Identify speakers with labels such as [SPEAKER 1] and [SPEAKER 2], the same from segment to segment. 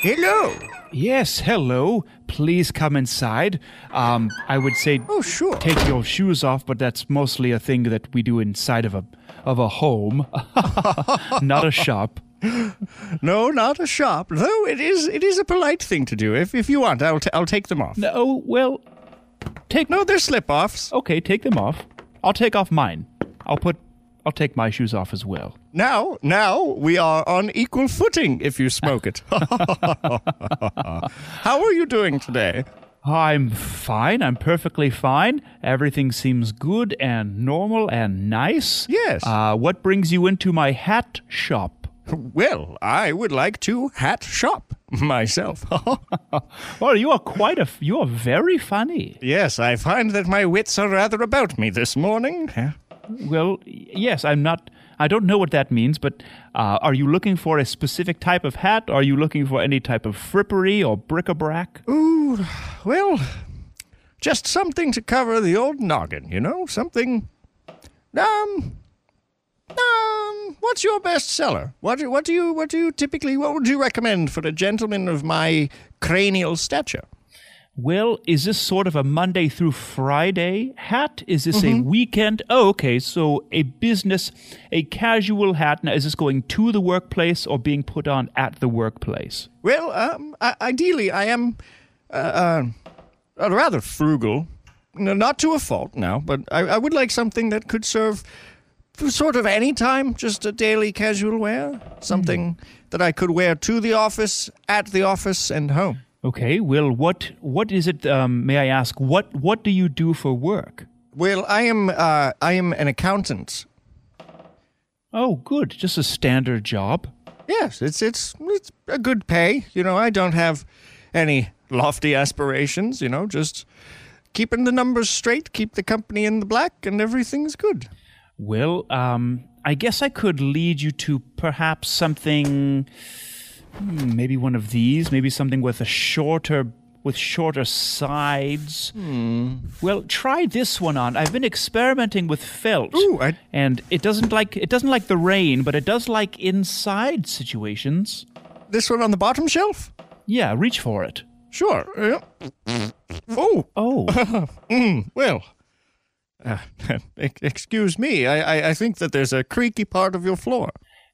[SPEAKER 1] Hello.
[SPEAKER 2] Yes, hello. Please come inside. Um, I would say
[SPEAKER 1] Oh, sure.
[SPEAKER 2] take your shoes off, but that's mostly a thing that we do inside of a of a home, not a shop.
[SPEAKER 1] No, not a shop. Though it is, it is a polite thing to do. If if you want, I'll t- I'll take them off. No,
[SPEAKER 2] Oh well, take
[SPEAKER 1] they're slip offs.
[SPEAKER 2] Okay, take them off. I'll take off mine. I'll put. I'll take my shoes off as well.
[SPEAKER 1] Now, now we are on equal footing. If you smoke it. How are you doing today?
[SPEAKER 2] I'm fine. I'm perfectly fine. Everything seems good and normal and nice.
[SPEAKER 1] Yes.
[SPEAKER 2] Uh, what brings you into my hat shop?
[SPEAKER 1] Well, I would like to hat shop myself.
[SPEAKER 2] Oh, you are quite a. f- You are very funny.
[SPEAKER 1] yes, I find that my wits are rather about me this morning.
[SPEAKER 2] Well, y- yes. I'm not. I don't know what that means, but uh, are you looking for a specific type of hat? Are you looking for any type of frippery or bric-a-brac?
[SPEAKER 1] Well, just something to cover the old noggin, you know? Something. Um. Um. What's your best seller? What, do- what do you what do you typically what would you recommend for a gentleman of my cranial stature?
[SPEAKER 2] Well, is this sort of a Monday through Friday hat? Is this a weekend? Oh, okay. So a business, a casual hat. Now, is this going to the workplace or being put on at the workplace?
[SPEAKER 1] Well, um, I, ideally, I am uh, uh, rather frugal. No, not to a fault now, but I, I would like something that could serve for sort of any time, just a daily casual wear. Something that I could wear to the office, at the office, and home.
[SPEAKER 2] Okay. Well, what what is it? Um, may I ask what what do you do for work?
[SPEAKER 1] Well, I am uh, I am an accountant.
[SPEAKER 2] Oh, good. Just a standard job.
[SPEAKER 1] Yes, it's it's it's a good pay. You know, I don't have any lofty aspirations. You know, just keeping the numbers straight, keep the company in the black, and everything's good.
[SPEAKER 2] Well, um, I guess I could lead you to perhaps something, hmm, maybe one of these, maybe something with a shorter with shorter sides.
[SPEAKER 1] Hmm.
[SPEAKER 2] Well, try this one on. I've been experimenting with felt,
[SPEAKER 1] Ooh, I-
[SPEAKER 2] and it doesn't like it doesn't like the rain, but it does like inside situations.
[SPEAKER 1] This one on the bottom shelf?
[SPEAKER 2] Yeah, reach for it.
[SPEAKER 1] Sure. yeah. Oh,
[SPEAKER 2] Oh,
[SPEAKER 1] well. Uh, ex- excuse me. I, I, I think that there's a creaky part of your floor.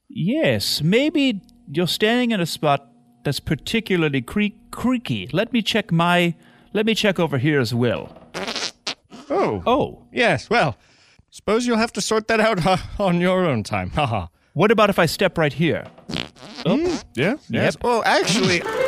[SPEAKER 2] yes, maybe you're standing in a spot that's particularly creak- creaky. Let me check my. Let me check over here as well.
[SPEAKER 1] Oh.
[SPEAKER 2] Oh,
[SPEAKER 1] Yes, well, suppose you'll have to sort that out uh, on your own time. Haha.
[SPEAKER 2] what about if I step right here?
[SPEAKER 1] yeah? Yes. Oh, actually,